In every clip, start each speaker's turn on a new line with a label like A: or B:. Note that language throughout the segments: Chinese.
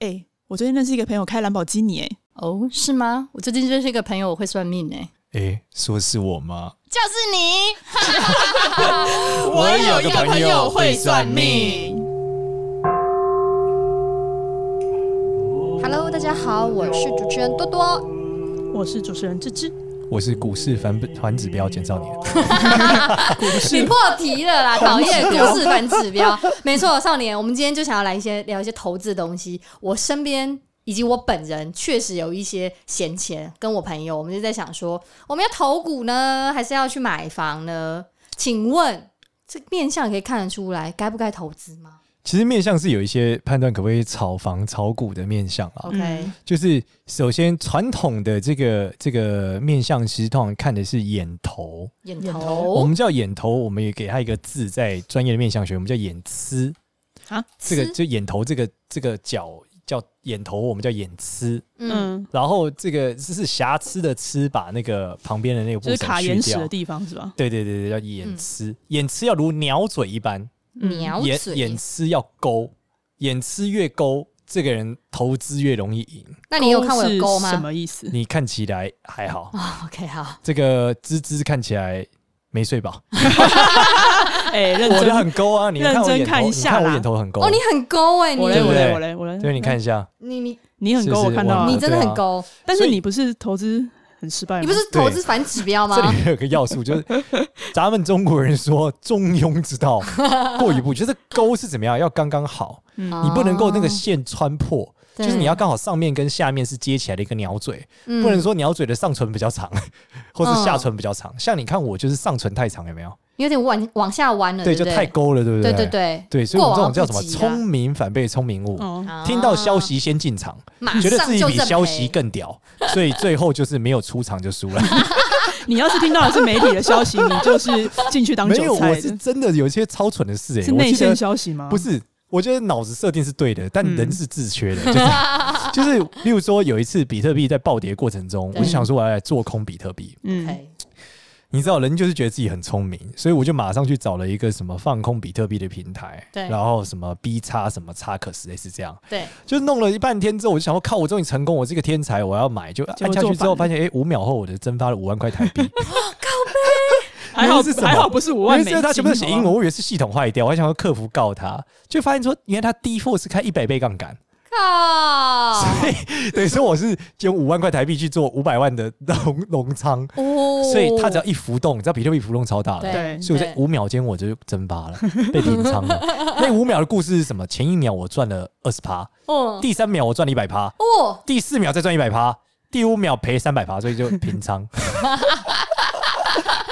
A: 哎、我最近认识一个朋友开兰博基尼、哎，
B: 哦，是吗？我最近认识一个朋友，我会算命哎、
C: 诶，说是我吗？
B: 就是你。
C: 我有个朋友会算命。
D: Hello，大家好，我是主持人多多。
A: 我是主持人芝芝，
C: 我是股市反反指标减少年，
B: 你破题了啦，讨厌股市反指标。没错，少年，我们今天就想要来一些聊一些投资的东西。我身边以及我本人确实有一些闲钱，跟我朋友，我们就在想说，我们要投股呢，还是要去买房呢？请问这面相可以看得出来该不该投资吗
C: 其实面相是有一些判断可不可以炒房、炒股的面相啊。
B: ？OK，、
A: 嗯
C: 就是首先传统的这个这个面相，其实通常看的是眼头，
B: 眼
A: 眼
B: 头
C: 我们叫眼头，我们也给它一个字，在专业的面相学，我们叫眼疵。这个
B: 吃
C: 就眼头这个这个角叫眼头，我们叫眼疵。
B: 嗯，
C: 然后这个是瑕疵的疵，把那个旁边的那个部
A: 就是
C: 分
A: 卡
C: 去
A: 眼屎
C: 掉
A: 的。地方是吧？
C: 对对对对，叫
A: 嗯
C: 眼疵，眼疵要如鸟嘴一般，
B: 鸟
C: 眼
B: 嘴
C: 嗯眼疵要勾，眼疵越勾，这个人投资越容易赢。
B: 那你有看我有勾
A: 是什
B: 吗
A: 么意思？
C: 你看起来还好，
A: 哦
B: 啊？OK，好，
C: 这个芝芝看起来没 睡饱，
A: 哎、认
C: 我
A: 真
C: 的，很勾啊，你
A: 认
C: 看我
A: 真
C: 眼
A: 看
C: 头，
A: 一
C: 你
A: 下
C: 看我
A: 啦
C: 眼头很勾
B: 哦，，你很勾哎、
A: 我
C: 对
A: 嘞
C: 不
A: 我
B: 你
C: 对
A: 嘞我嘞我嘞，
C: 对，你看一下，
B: 你你
A: 你很
C: 是不
A: 高，我
C: 是
A: 看到
C: 哇
A: 啊
B: 你，真的
C: 对啊
B: 很勾，
A: 但是
C: 所以
A: 你不是投资很失败吗？
B: 你不是投资反指标吗？
C: 这里有个要素，就是 咱们中国人说中庸之 道，过一步，就是勾是怎么样，要刚刚好，
A: 嗯，
B: 啊
C: 你不能够那个线穿破，
B: 对
C: 就是你要刚好上面跟下面是接起来的一个鸟嘴，
B: 嗯
C: 不能说鸟嘴的上唇比较长， 或是
B: 嗯
C: 下唇比较长。像你看我就是上唇太长，有没有？
B: 有点往往下弯了，
C: 对，
B: 对
C: 就
B: 不对，
C: 太勾了，对不
B: 对
C: 对
B: 对对
C: 对所以我们这
B: 过
C: 种
B: 往
C: 叫
B: 不
C: 什么
B: 及啊
C: 聪明反被聪明误。
A: 哦，
B: 啊
C: 听到消，息先进场，
B: 马上
C: 觉得自己
B: 就
C: 比
B: 认
C: 消
B: 赔
C: 息更屌，所以最后就是没有出场就输 了。
A: 你要是听到的是媒体的 消息，你就是进去当
C: 没有，
A: 韭
C: 我
A: 菜
C: 是
A: 的，
C: 真的有一些超蠢的事哎、
A: 是
C: 我
A: 内
C: 记
A: 线
C: 得
A: 消息吗？
C: 不，是，我觉得脑子设定是对的，但
A: 嗯
C: 人是自缺 的，就是 就是，例如说有一次比特币在暴跌过程中，我
B: 对
C: 就想说我要来做空比特币，
A: 嗯，
B: OK，
C: 你知道人就是觉得自己很聪明，所以我就马上去找了一个什么放空比特币的平台，
B: 对
C: 然后什么 B 叉什么叉可是类似这样，
B: 对，
C: 就弄了一半天之后，我就想说靠，我终于成功，我是个天才，我要买，就
A: 结果
C: 按下去之
A: 做
C: 后
A: 反
C: 发现，哎、五秒后我的蒸发了五万块台币，
A: 还好
C: 那是什么
A: 还好不 是五
C: 因
A: 万
C: 为
A: 美
C: 这
A: 金，
C: 他全部都写英文，
A: 好不好
C: 我以为是系统坏掉，我还想要客服告他，就发现说原来他 D four 是开一百倍杠杆。
B: 靠，
C: 对，所以我是用五万块台币去做五百万的龙龙仓，
B: 哦，
C: 所以它只要一浮动，你知道比特币浮动超大的，
B: 对，
A: 对
C: 所以我在
B: 对
C: 五秒间我就蒸发了，被平仓了。那五秒的故事是什么？前一秒我赚了二十趴，
B: 哦
C: 第三秒我赚了一百趴，
B: 哦，
C: 第四秒再赚一百趴，第五秒赔三百趴，所以就 平仓，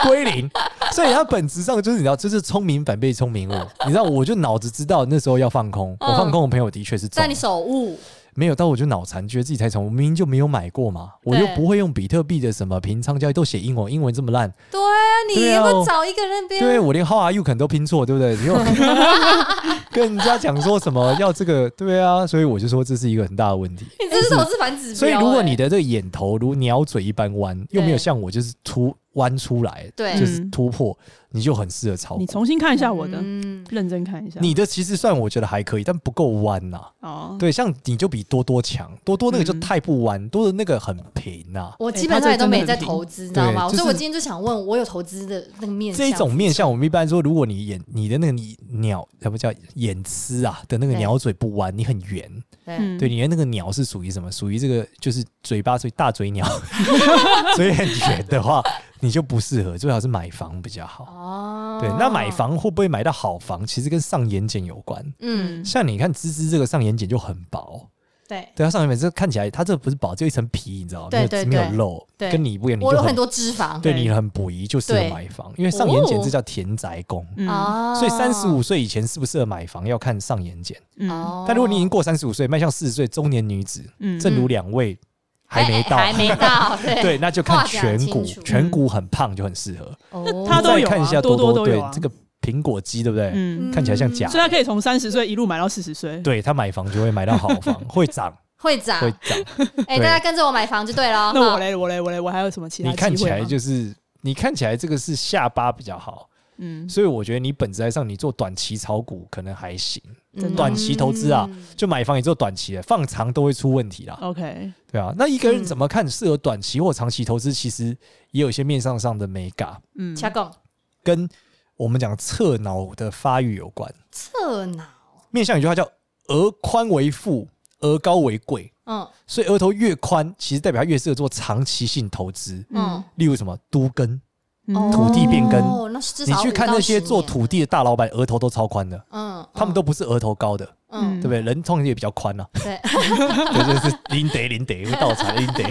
C: 归零。所以它本质上就是你知道，这、是聪明反被聪明误。你知道，我就脑子知道那时候要放空，我放空，我朋友的确是
B: 在
C: 中了
B: 嗯你。手误，
C: 没有到我就脑残，觉得自己太聪明，我明明就没有买过嘛，我
B: 对
C: 又不会用比特币的什么平仓交易，都写英文，英文这么烂，
B: 对啊，你
C: 对啊
B: 要不
C: 我
B: 找一个人边，啊
C: 对我连 How are you 可能都拼错，对不对？因为我 跟人家讲说什么要这个，对啊，所以我就说这是一个很大的问题。
B: 你这是投资反指标欸，
C: 哎所以如果你的这个眼头如鸟嘴一般弯，又没有像我就是突弯出来，
B: 对
C: 就是突破，你就很适合炒股
A: 你。重新看一下我的，
B: 嗯
A: 认真看一下，
C: 你的其实算我觉得还可以，但不够弯呐、
A: 哦，
C: 对，像你就比多多强，多多那个就
A: 嗯
C: 太不弯，多多那个很平啊呐、
B: 我基本上也都没
A: 欸他这
B: 在
A: 真的很
B: 投资，你知道吗？
C: 对就是
B: 所以我今天就想问，我有投资的那个面向
C: 这种面相，我们一般说，如果你眼你的那个你鸟，什么叫眼丝啊的那个
B: 对
C: 鸟嘴不弯，你很圆，
B: 对，
A: 嗯
C: 对，你的那个鸟是属于什么？属于这个就是嘴巴属于 大嘴鸟，嘴很圆的话，你就不适合，最好是买房比较好。
B: 哦，
C: 对，那买，房会不会买到好房，其实跟上眼睑有关。
B: 嗯，
C: 像你看芝芝这个上眼睑就很薄，
B: 对，
C: 对，它上眼睑这看起来它这不是薄，就一层皮，你知道吗？
B: 对对
C: 没有没
B: 对
C: 有肉，
B: 对
C: 跟你不一样，你
B: 我
C: 就
B: 有
C: 很
B: 很多脂肪，
C: 对
A: 对
C: 你很不宜，就适合
B: 对
C: 买房，因为上眼睑
B: 哦
C: 这叫田宅宫。
A: 嗯
B: 哦，
C: 所以三十五岁以前适不适合买房，要看上眼睑。
A: 嗯
B: 哦，
C: 但如果你已经过三十五岁，迈向四十岁中年女子，
A: 嗯，
C: 正如两位还没到，
B: 哎还没到， 对
C: 对，那就看
B: 话讲
C: 颧骨
B: 清，楚
C: 颧骨很胖就很适合。
B: 哦
A: 他都有啊
C: 再看一下
A: 多多
C: 多，
A: 都有
C: 对
A: 啊
C: 这个苹果肌，对不对？
A: 嗯，
C: 看起来像假
A: 所以他可以从三十岁一路买到四十岁，
C: 对他买房就会买到好 房，会涨，
B: 会涨
C: 会，涨。
B: 哎，
C: 对
B: 大家跟着我买房就对了。
A: 那我
B: 哈
A: 嘞，我嘞，我嘞，我还有什么其他
C: 你
A: 机会吗？
C: 看起来就是，你看起来这个是下巴比较好，
A: 嗯，
C: 所以我觉得你本质上你做短期炒股可能还行，
A: 真的
C: 短期投资啊
B: 嗯
C: 就买房也做短期的，放长都会出问题
A: 哦
C: 啦，
A: OK，
C: 对啊。那一
A: 嗯
C: 个人怎么看适合短期或长期投资，其实也有一些面上上的美感，
A: 嗯，
B: 掐讲
C: 跟我们讲侧脑的发育有关。
B: 侧脑，
C: 面向有句话叫“额宽为富，额高为贵
B: 嗯”，
C: 所以额头越宽，其实代表它越适合做长期性投资，
B: 嗯，
C: 例如什么都根。
A: 嗯
C: 土地变更
B: 哦，那是至
C: 你
B: 少
C: 去看
B: 5到
C: 那些
B: 10
C: 做
B: 年
C: 土地的大老板，额头都超宽的，
B: 嗯，嗯
C: 他们都不是额头高的，
B: 嗯
C: 对不对？人通常也比较 宽啊，
B: 对，
C: 对，就是零得零得，倒茶零 得，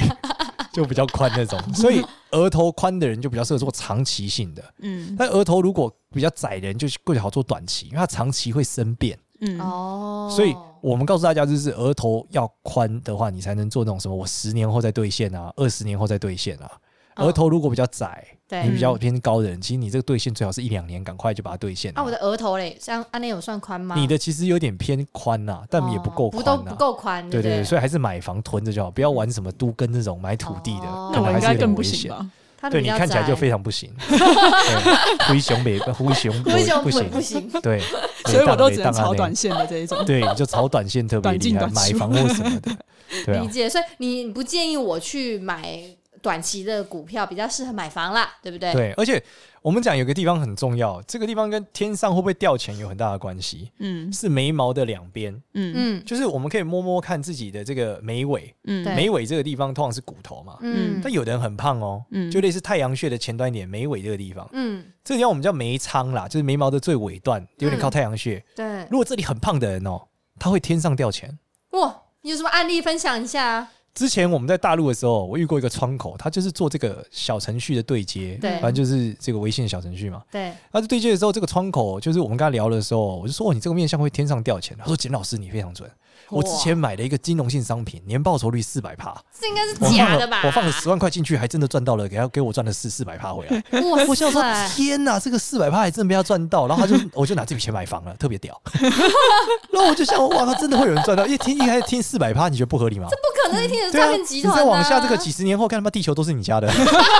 C: 就比较宽那种。所以额头宽的人就比较适合做长期性的，
A: 嗯
C: 但额头如果比较窄的人就更好做短期，因为他长期会生变。
A: 嗯
B: 哦，
C: 所以我们告诉大家，就是额头要宽的话，你才能做那种什么，我十年后再兑现啊，二十年后再兑现啊。
B: 嗯
A: 哦
C: 额头如果比较窄，
B: 对
C: 你比较偏高的人，其实你这个兑现最好是一两年，赶快就把它兑现了。
B: 啊，我的额头嘞，像安内有算宽吗？
C: 你的其实有点偏宽呐、但也不够
B: 哦不
C: 宽
B: 都
C: 呐、
B: 不够宽，
C: 对
B: 对
C: 对对，
B: 不
C: 所以还是买房囤着就好，不要玩什么都跟这种买土地的，
B: 哦
C: 可
A: 那我
C: 能还
A: 应
C: 是有
A: 该
C: 点
A: 更
C: 危
A: 不
C: 险
A: 行。吧？
B: 他的
C: 对
B: 比
C: 你
B: 较
C: 看起来
B: 窄
C: 就非常不 行，对灰熊北灰熊
B: 不行
C: 不行
B: 不行，
C: 对，
A: 所以我都只能
C: 没当啊
A: 炒
C: 那
A: 短线的这一种。
C: 对，你就炒短线特别
A: 短进
C: 厉害，
A: 短
C: 买
A: 出
C: 房或什么 的，对啊
B: 理，解。所以你不建议我去买短期的股票，比较适合买房啦，对不对？
C: 对，而且我们讲有个地方很重要，这个地方跟天上会不会掉钱有很大的关系，
A: 嗯
C: 是眉毛的两边，
A: 嗯
B: 嗯
C: 就是我们可以摸摸看自己的这个眉尾，
A: 嗯
B: 对
C: 眉尾这个地方通常是骨头嘛，
B: 嗯
C: 但有的人很胖哦，
A: 嗯
C: 就类似太阳穴的前端一点，眉尾这个地方，
B: 嗯，
C: 这个地方我们叫眉仓啦，就是眉毛的最尾段，有
A: 嗯
C: 点靠太阳穴。
B: 对，
C: 如果这里很胖的人哦，他会天上掉钱。
B: 哇，有什么案例分享一下啊？
C: 之前我们在大陆的时候，我遇过一个窗口，他就是做这个小程序的对接，
B: 对
C: 反正就是这个微信的小程序嘛。
B: 对，
C: 他就对接的时候，这个窗口就是我们跟他聊的时候，我就说哦，你这个面相会天上掉钱。他说简老师你非常准，我之前买了一个金融性商品，年报酬率四百趴，
B: 这应该是
C: 我放
B: 假的吧
C: 了？我放了十万块进去，还真的赚到了，给他给我赚了四四百趴回来。
B: 哇
C: 我想说
B: 塞，
C: 天哪，这个四百趴还真被他赚到，然后 他就我就拿这笔钱买房了，特别屌。 然后我就想，哇，他真的会有人赚到？一听一开始听四百趴，你觉得不合理吗？
B: 不可能一听是
C: 对啊，
B: 诈骗
C: 你
B: 集团、啊。
C: 再往下，这个几十年后，看他妈地球都是你家的，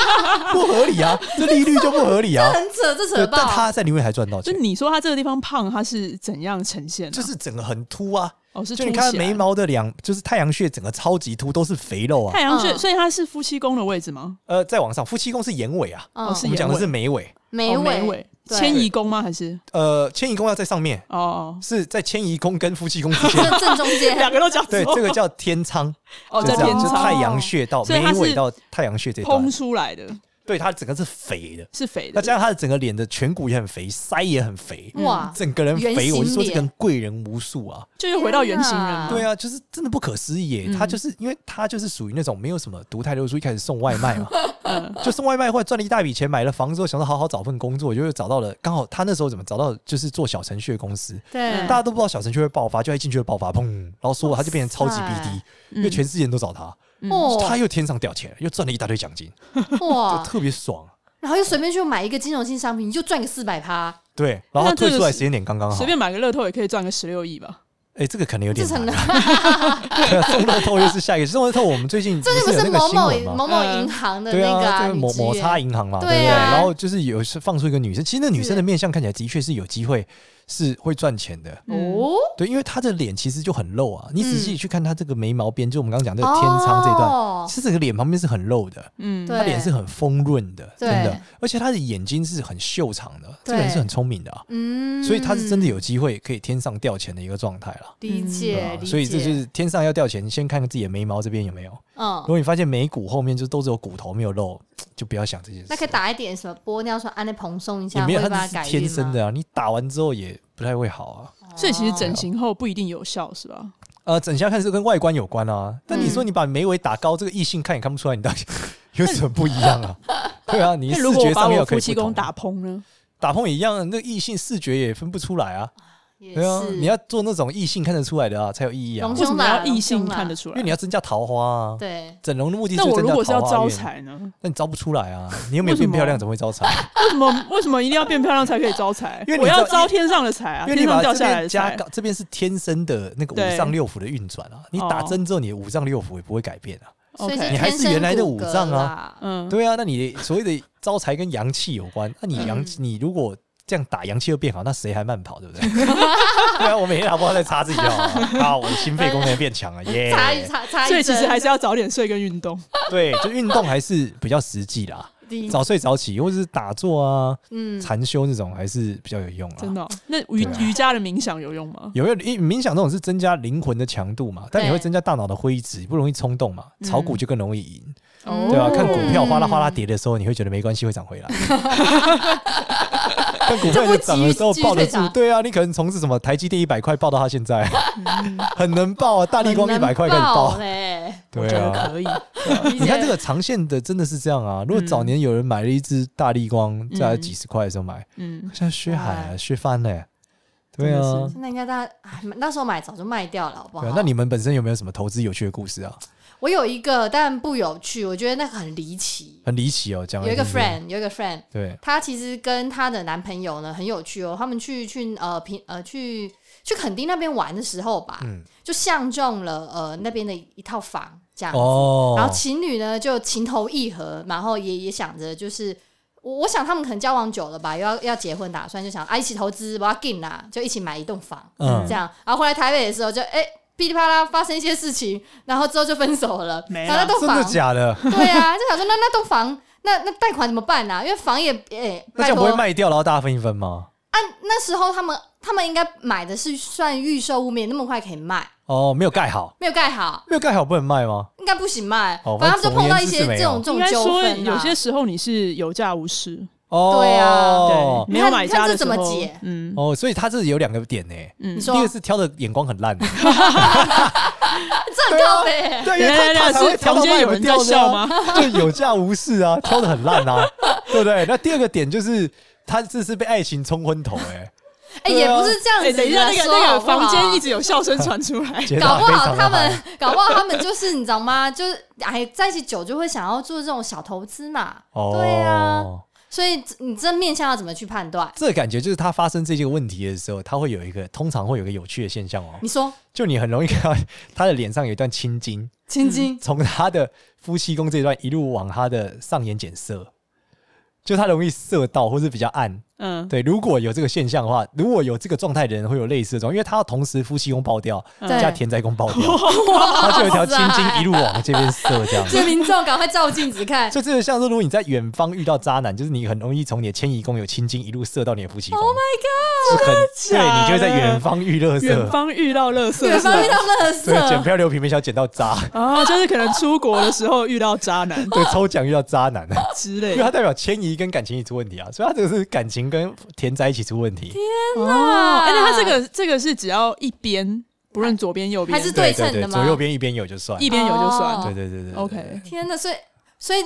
C: 不合 理啊！这利率就不合理啊！
B: 很扯，这扯
C: 对，
B: 爆。
C: 但他在里面还赚到
A: 就
C: 钱，
A: 你说他这个地方胖，他是怎样呈现啊？
C: 就是整个很凸啊，
A: 哦，是
C: 就你
A: 凸
C: 看
A: 起
C: 他
A: 来
C: 眉毛的两，就是太阳穴整个超级凸，都是肥肉啊
A: 太。阳穴，
B: 嗯
A: 所以它是夫妻宫的位置吗？
C: 呃，再往上，夫妻宫是眼尾啊，
B: 嗯
A: 哦是
C: 我们讲的
A: 眼尾
C: 是眉尾，
B: 眉
A: 哦
B: 尾，
A: 眉尾，
B: 对
A: 迁移宫吗？还是
C: 呃，迁移宫要在上面，
A: 哦 哦，
C: 是在迁移宫跟夫妻宫之间。
B: 这正中 间
A: 两个都讲
C: 对，
A: 错
C: 这个叫天仓，
A: 哦，
C: 就
A: 在
C: 这样
A: 天
C: 就
B: 仓
C: 太
A: 仓
C: 阳穴到
A: 所以
C: 眉
A: 它是
C: 尾到太阳穴这段
A: 蓬，出来的，
C: 对，它整个是肥的，
A: 是肥
C: 那
A: 的。
C: 加上他的整个脸的颧骨也很肥，腮也很肥，
B: 哇，
C: 整个人
B: 啊圆
C: 肥，
B: 形
C: 我是说这
B: 脸
C: 跟贵人无数啊，
A: 就又回到原型人了。
C: 对啊，就是真的不可思议耶，
A: 嗯
C: 他就是因为他就是属于那种没有什么读太多书，一开始送外卖 嘛，
A: 嗯，
C: 就送外卖，后来赚了一大笔钱，买了房之后，想说好好找份工作，就找到了，刚好他那时候怎么找到，就是做小程序的公司，
B: 对
C: 大，家都不知道小程序会爆发，就一进去就爆发，砰，然后说他就变成超级
B: 哇塞
C: BD，因
A: 嗯
C: 为全世界人都找他，他
B: 哇
C: 又天上掉钱，又赚了一大堆奖金，就
B: 哇，
C: 特别爽。啊
B: 然后又随便去买一个金融性商品，你就赚个四百趴，
C: 对，然
A: 那
C: 后他退
A: 这个
C: 出来
A: 是
C: 时间点刚刚好
A: 随。便买个乐透也可以赚个十六亿吧？
C: 哎，这个可能有
B: 这
C: 点
B: 很
C: 难
B: 难
C: 啊。。对啊中乐透又是下一个中乐透，我们最近
B: 最近不
C: 是有
B: 是
C: 那个
B: 某
C: 新
B: 某
C: 闻嘛？
B: 某某银行的
C: 对
B: 那个
C: 啊，
B: 啊
C: 这个
B: 女
C: 某
B: 职
C: 某
B: 员
C: 差银行嘛，对不
B: 对
C: 对？
B: 啊
C: 然后就是有是放出一个女生，其实那女生的
B: 是
C: 面相看起来的确是有机会是会赚钱的，
B: 哦，
C: 对，因为她的脸其实就很露啊。你仔细
B: 嗯
C: 去看她这个眉毛边，就我们刚刚讲这个天仓这段，
B: 哦
C: 其实整个脸旁边是很露的，
A: 嗯，
B: 对
C: 她脸是很丰润的，真
B: 对
C: 的，而且她的眼睛是很秀长的，这个人
B: 对
C: 是很聪明的啊。
B: 嗯，
C: 所以他是真的有机会可以天上掉钱的一个状态了。
B: 理
C: 对
B: 解
C: 啊，
B: 嗯理解，
C: 所以这就是天上要掉钱，先看看自己的眉毛这边有没有。如
A: 哦
B: 嗯，
C: 果你发现眉骨后面就都只有骨头没有肉，就不要想这件事。
B: 那可以打一点什么玻尿酸，按那蓬松一
C: 也
B: 下，
C: 没
B: 会
C: 有，
B: 把
C: 它
B: 它
C: 是
B: 改
C: 天
B: 运
C: 生
B: 吗？
C: 的啊，你打完之后也不太会好啊。
A: 所以其实
B: 哦
A: 整形后不一定有效，是吧？
C: 呃，整形看是跟外观有关啊，但你说
B: 嗯
C: 你把眉尾打高，这个异性看也看不出来你到底 有什么不一 样啊？对啊，你
A: 那
C: 视
A: 如果
C: 觉
A: 我把
C: 上面
A: 我
C: 有可
A: 夫
C: 以
A: 妻
C: 不
A: 宫
C: 同
A: 打崩呢？
C: 打碰也一样，那异性视觉也分不出来啊。
B: 也
C: 对啊
B: 是，，
C: 你要做那种异性看得出来的啊，才有意义啊
B: 隆
A: 为。什
B: 胸
A: 么
B: 啦
A: 要异性
B: 隆胸啦
A: 看得出
C: 因为你
A: 来？
C: 要增加桃花啊。
B: 对，
C: 整容的目的是
A: 那我
C: 增
A: 如
C: 加
A: 果是要
C: 桃花
A: 招
C: 运，
A: 财呢？
C: 那你招不出来啊！你又没有
A: 为什
C: 变漂
A: 么
C: 亮，怎么会招财？
A: 为什 么为什么一定要变漂亮才可以招财
C: 因为？你
A: 我要
C: 知道
A: 招天上的财啊，
C: 因为
A: 天
C: 你
A: 上
C: 把
A: 掉
C: 这
A: 下来
C: 边
A: 的
C: 加
A: 财
C: 高，，这边是天生的那个五
A: 对
C: 脏六腑的运转啊。你打
A: 哦
C: 针之后，你的五脏六腑也不会改变啊。
B: 所以
A: OK
C: 你还是
B: 天生
C: 原来的
B: 骨
C: 五
B: 骼
C: 脏啊
B: 啦，
A: 嗯，
C: 对啊，那你所谓的招财跟阳气有关。那你阳
B: 嗯
C: 气，你如果这样打阳气又变好，那谁还慢跑，对 不对？对啊，我每天打包在擦自己就好了，啊，我的心肺功能 变强了，啊耶！
B: 擦一擦擦一针，
A: 所以其实还是要早点睡跟运动。
C: 对，就运动还是比较实际啦，
A: 嗯
B: 你
C: 早睡早起或者是打坐啊、
B: 嗯，
C: 禅修那种还是比较有用啦。
A: 真的哦、那瑜、
C: 对啊
A: 瑜伽的冥想有用吗？
C: 有没有因冥想这种是增加灵魂的强度嘛？但你
B: 对嗯
C: 会增加大脑的灰议值，不容易冲动嘛？炒股就更容易赢，
A: 哦
C: 对啊，看股票哗啦哗啦跌的时候，你会觉得没关系，会涨 回来。看股票你涨的时候抱
B: 这不急于
C: 得
B: 急于退
C: 住，
B: 场
C: 对啊，你可能从事什么台积电一百块抱到它现 在，很能抱啊，大力光一百块可以抱，
B: 嘞，
A: 我
C: 对
A: 觉
C: 啊
A: 得。可以。
C: 你看这个长线的真的是这样啊！如果早年有人买了一只大力光，在
A: 嗯
C: 几十块的时候买，
A: 嗯，
C: 像血海啊，血翻嘞，对
A: 真的
C: 啊
A: 是，
B: 那应该大家哎那时候买早就卖掉了，好不
C: 对
B: 好
C: 啊。？那你们本身有没有什么投资有趣的故事啊？
B: 我有一个，但不有趣，我觉得那个很离奇。
C: 很离奇哦，讲来
B: 有一个
C: 听听
B: friend，有一个 friend，
C: 对，
B: 她其实跟她的男朋友呢很有趣哦，他们去去呃平呃去去垦丁那边玩的时候吧，
C: 嗯，
B: 就相中了呃那边的一套房这样子。
C: 哦，
B: 然后情侣呢就情投意合，然后也也想着就是。我我想他们可能交往久了吧，又要要结婚，打算就想啊一起投资，我要进啦，就一起买一栋房，
C: 嗯
B: 这样。然后回来台北的时候就哎噼里啪啦发生一些事情，然后之后就分手了。
A: 没
B: 然后那
A: 了
B: 栋
C: 真的
B: 房，
C: 假的？
B: 对啊，就想说那那栋房，那那贷款怎么办啊？因为房也哎，拜
C: 那这样不
B: 托
C: 会，卖掉，然后大家分一分吗？
B: 那时候他们他们应该买的是算预售物，没有那么快可以卖，
C: 哦，没有盖好，
B: 没有盖好，
C: 没有盖好不能卖吗？
B: 应该不行卖。
C: 哦
B: 反正他们就
C: 反正
B: 碰到一
C: 总
B: 些
C: 而言之是没
B: 这种
C: 有
B: 这
A: 应
B: 种
A: 该
B: 纠
A: 说
B: 纷啊。
A: 有些时候你是有价无市，
C: 哦，
B: 对啊
A: 对，没有买家的时候
B: 你看这怎么解
A: 嗯
C: 哦，所以他这有两个点呢。
A: 嗯
B: 你，
C: 第
B: 说啊
C: 一个是挑的眼光很 烂，
B: 这很靠北欸、
C: 对，因
A: 等
C: 为
A: 一下等一下
C: 他他才会
A: 是
C: 挑
A: 房
C: 到
A: 间
C: 卖
A: 有
C: 不
A: 人在
C: 掉的
A: 笑
C: 啊，
A: 吗？
C: 就有价无市啊，挑的很烂啊， 对不对？那第二个点就是他这是被爱情冲昏头，哎，
B: 哎、
C: 对
B: 也
C: 啊
B: 不是这样子、
A: 哎，
B: 的
A: 等一下，那个
B: 说
A: 那
B: 好
A: 个
B: 不好
A: 房间一直有笑声传出 来。
C: 解
B: 搞
C: 答
B: 不
C: 啊非
B: 好
C: 常的
B: 他们， 搞不好他们就是你知道吗？就是哎，在一起久就会想要做这种小投资嘛。
C: 哦，
B: 对啊，所以你这面向要怎么去判断？
C: 这感觉就是他发生这些问题的时候，他会有一个通常会有一个有趣的现象哦，
B: 你说
C: 就你很容易看到他的脸上有一段青筋，
B: 千金、
C: 从他的夫妻宫这一段一路往他的上眼睑射，就他容易射到或是比较暗。
A: 嗯，
C: 对，如果有这个现象的话，如果有这个状态的人会有类似的状况，因为他要同时夫妻宫爆掉
A: 嗯
B: 对
C: 加田宅宫爆掉，他就有一条青筋一路往这边射这样。
B: 这民众赶快照镜子看。
C: 所以这个像是，如果你在远方遇到渣男，就是你很容易从你的迁移宫有青筋一路射到你的夫妻宫。Oh my god！是很
A: 真的
C: 对，
A: 假
C: 你
A: 的
C: 就会在远方遇乐
A: 远
C: 色，
A: 方遇到乐色
B: 远
A: 是吧
B: 方遇到乐色
C: 对，，捡漂流瓶没想捡到渣，
A: 啊，就是可能出国的时候遇到渣男
C: 对，抽奖遇到渣男，
A: 之
C: 因
A: 类
C: 为它
A: 的。
C: 代表迁移跟感情一起出问题啊，所以它这个是感情跟田宅一起出问题。
A: 哦，而且他这个这个是只要一边，不论左边右边，
B: 还是
C: 对
B: 对称
C: 对，
B: 的吗
C: 左右边一边有就算。
A: 一边有就算。
B: 哦
C: 对对对对对
A: OK，
B: 天哪！所以所以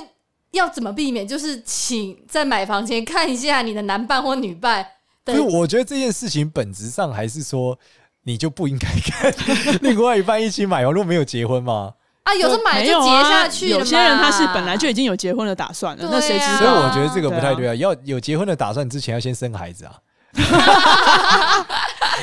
B: 要怎么避免？就是请在买房前看一下你的男伴或女伴的
C: 所以我觉得这件事情本质上还是说，你就不应该 跟另外一半一起买哦，如果没有结婚嘛。
B: 啊，有时候买
A: 没
B: 就
A: 有
B: 结
A: 啊
B: 下去了嘛、
A: 有些人他是本来就已经有结婚的打算了，
B: 对啊
A: 那谁知
C: 所以
A: 道？
C: 我觉得这个不太对啊，要有结婚的打算之前要先生孩子啊，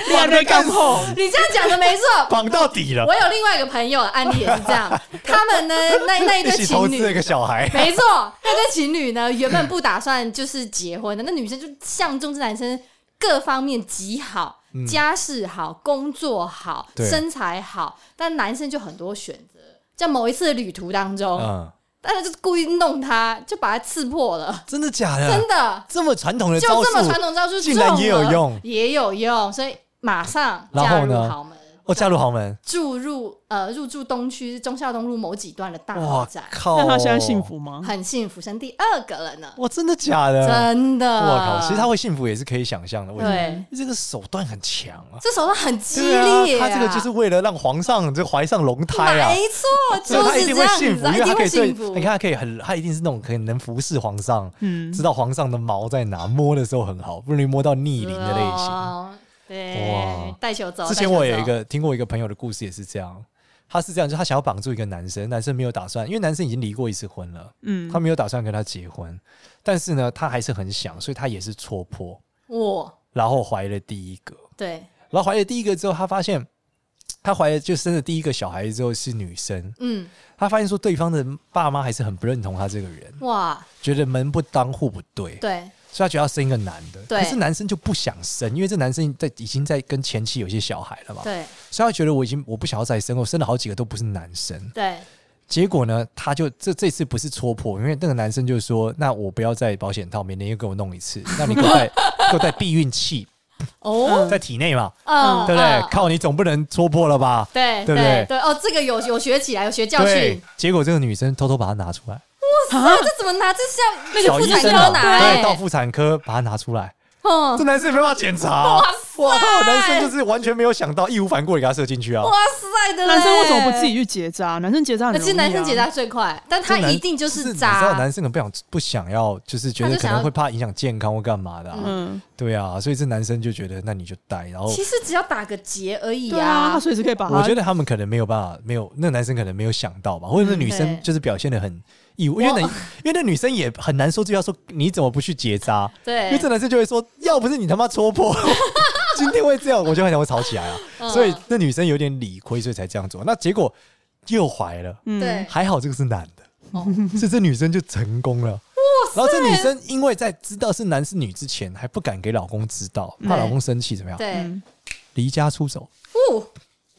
A: 两个干后，
B: 你这样讲的没错，
C: 绑到底了
B: 我，有另外一个朋友的案例也是这 样，他们呢那那一
C: 一
B: 对
C: 起投
B: 情
C: 资了
B: 侣。
C: 一个小孩。
B: 没错，那对情侣呢，原本不打算就是结婚的，那女生就相中这男生各方面极好，
C: 嗯
B: 家世好，工作好，
C: 对
B: 身材好，但男生就很多选择。在某一次的旅途当中，
C: 嗯，
B: 但是就故意弄他，就把他刺破了，
C: 真的假的？
B: 真的，
C: 这么传统的
B: 就
C: 嗯招
B: 这么传
C: 数，
B: 统招数
C: 竟然也有
B: 中了
C: 用
B: 也有用，所以马上
C: 然
B: 嫁
C: 后
B: 入
C: 呢
B: 豪门。
C: 哦，嫁入豪门，
B: 住入呃入住东区中孝东路某几段的大豪
C: 哇
B: 宅，
C: 靠！
A: 那他现在幸？福吗？
B: 很幸福，生第二个了呢，
C: 哇，真的假的？
B: 真的。
C: 我靠，呃其实他会幸福也是可以想象的。我觉得
B: 对
C: 这个手段很强啊，
B: 这手段很激
C: 对
B: 烈、
C: 啊，他这个就是为了让皇上这怀上龙胎啊。
B: 没错，
C: 所以
B: 就
C: 他一
B: 是
C: 定
B: 这
C: 会
B: 样
C: 幸
B: 子
C: 福，
B: 啊，
C: 因
B: 一
C: 为他
B: 定
C: 可
B: 会
C: 以对
B: 幸，福。
C: 你看他可以很，他一定是那种可以能服侍皇上，
A: 嗯
C: 知道皇上的毛在哪，摸的时候很好，不容易摸到逆鳞的类型。
B: 哦对
C: 哇，
B: 带球走。
C: 之前
B: 带球
C: 我有
B: 走
C: 一，个听过一个朋友的故事，也是这样，他是这样，就他想要绑住一个男生，男生没有打算，因为男生已经离过一次婚了，
A: 嗯
C: 他没有打算跟他结婚，但是呢，他还是很想，所以他也是戳破，
B: 我
C: 然后怀了第一个，
B: 对，
C: 然后怀了第一个之后，他发现他怀了就生了第一个小孩之后是女生，
B: 嗯，
C: 他发现说对方的爸妈还是很不认同他这个人，
B: 哇，
C: 觉得门不当户不对，
B: 对，
C: 所以他觉得要生一个男的。
B: 对
C: 可是男生就不想生，因为这男生在已经在跟前妻有一些小孩了嘛，
B: 对
C: 所以他觉得我已经我不想要再生，我生了好几个都不是男生。
B: 对
C: 结果呢，他就这这次不是戳破，因为那个男生就说：“那我不要戴保险套，每年又给我弄一 次，那你给我戴给我戴避孕器，
B: 哦，
C: 在体内嘛，
B: 嗯，
C: 对不对
B: 嗯？
C: 靠，你总不能戳破了吧？”
B: 对
C: 对不
B: 对
C: 对
B: 对哦，这个有有学起来，有学教训
C: 对。，结果这个女生偷偷把它拿出来，
A: 啊，
B: 这怎么拿？这像那
C: 找
B: 个妇
C: 医
B: 产
C: 生
B: 科
C: 啊，
B: 拿哎
C: 对，到妇产科把它拿出来，
B: 嗯
C: 这男生也没办法检查。哇靠，男生就是完全没有想到，义无反顾的给他射进去啊！
B: 哇塞的嘞，
A: 男生为什么不自己去结扎？男生结扎很
B: 而
A: 容易、啊，
B: 且男生结扎最快，但他
C: 这男
B: 一定就
C: 就是你知道
B: 渣。
C: 男生可能不想不想要，就是觉
B: 他
C: 得
B: 就
C: 可
B: 想要
C: 能会怕影响健康或干嘛的、啊，
A: 嗯，
C: 对啊，所以这男生就觉得那你就戴，然后
B: 其实只要打个结而已
A: 对啊，他
B: 啊。
A: 随时可以把他，
C: 我觉得他们可能没有办法，没有那个男生可能没有想到吧，或者那女
B: 嗯对
C: 生就是表现的很义务，因为那因为那女生也很难说就要说你怎么不去结扎，因为
B: 对
C: 这，男生就会说要不是你他妈戳破， 今天会这样，我就很想会吵起来啊，
B: 嗯
C: 所以那女生有点理亏，所以才这样做，那结果又怀了，
A: 嗯
B: 对
C: 还好这个是男的。
B: 哦
C: 所以这女生就成功了，然后这女生因为在知道是男是女之前，还不敢给老公知道，怕老公生气怎么样？
B: 对，
A: 嗯
C: 离家出走，
B: 哦，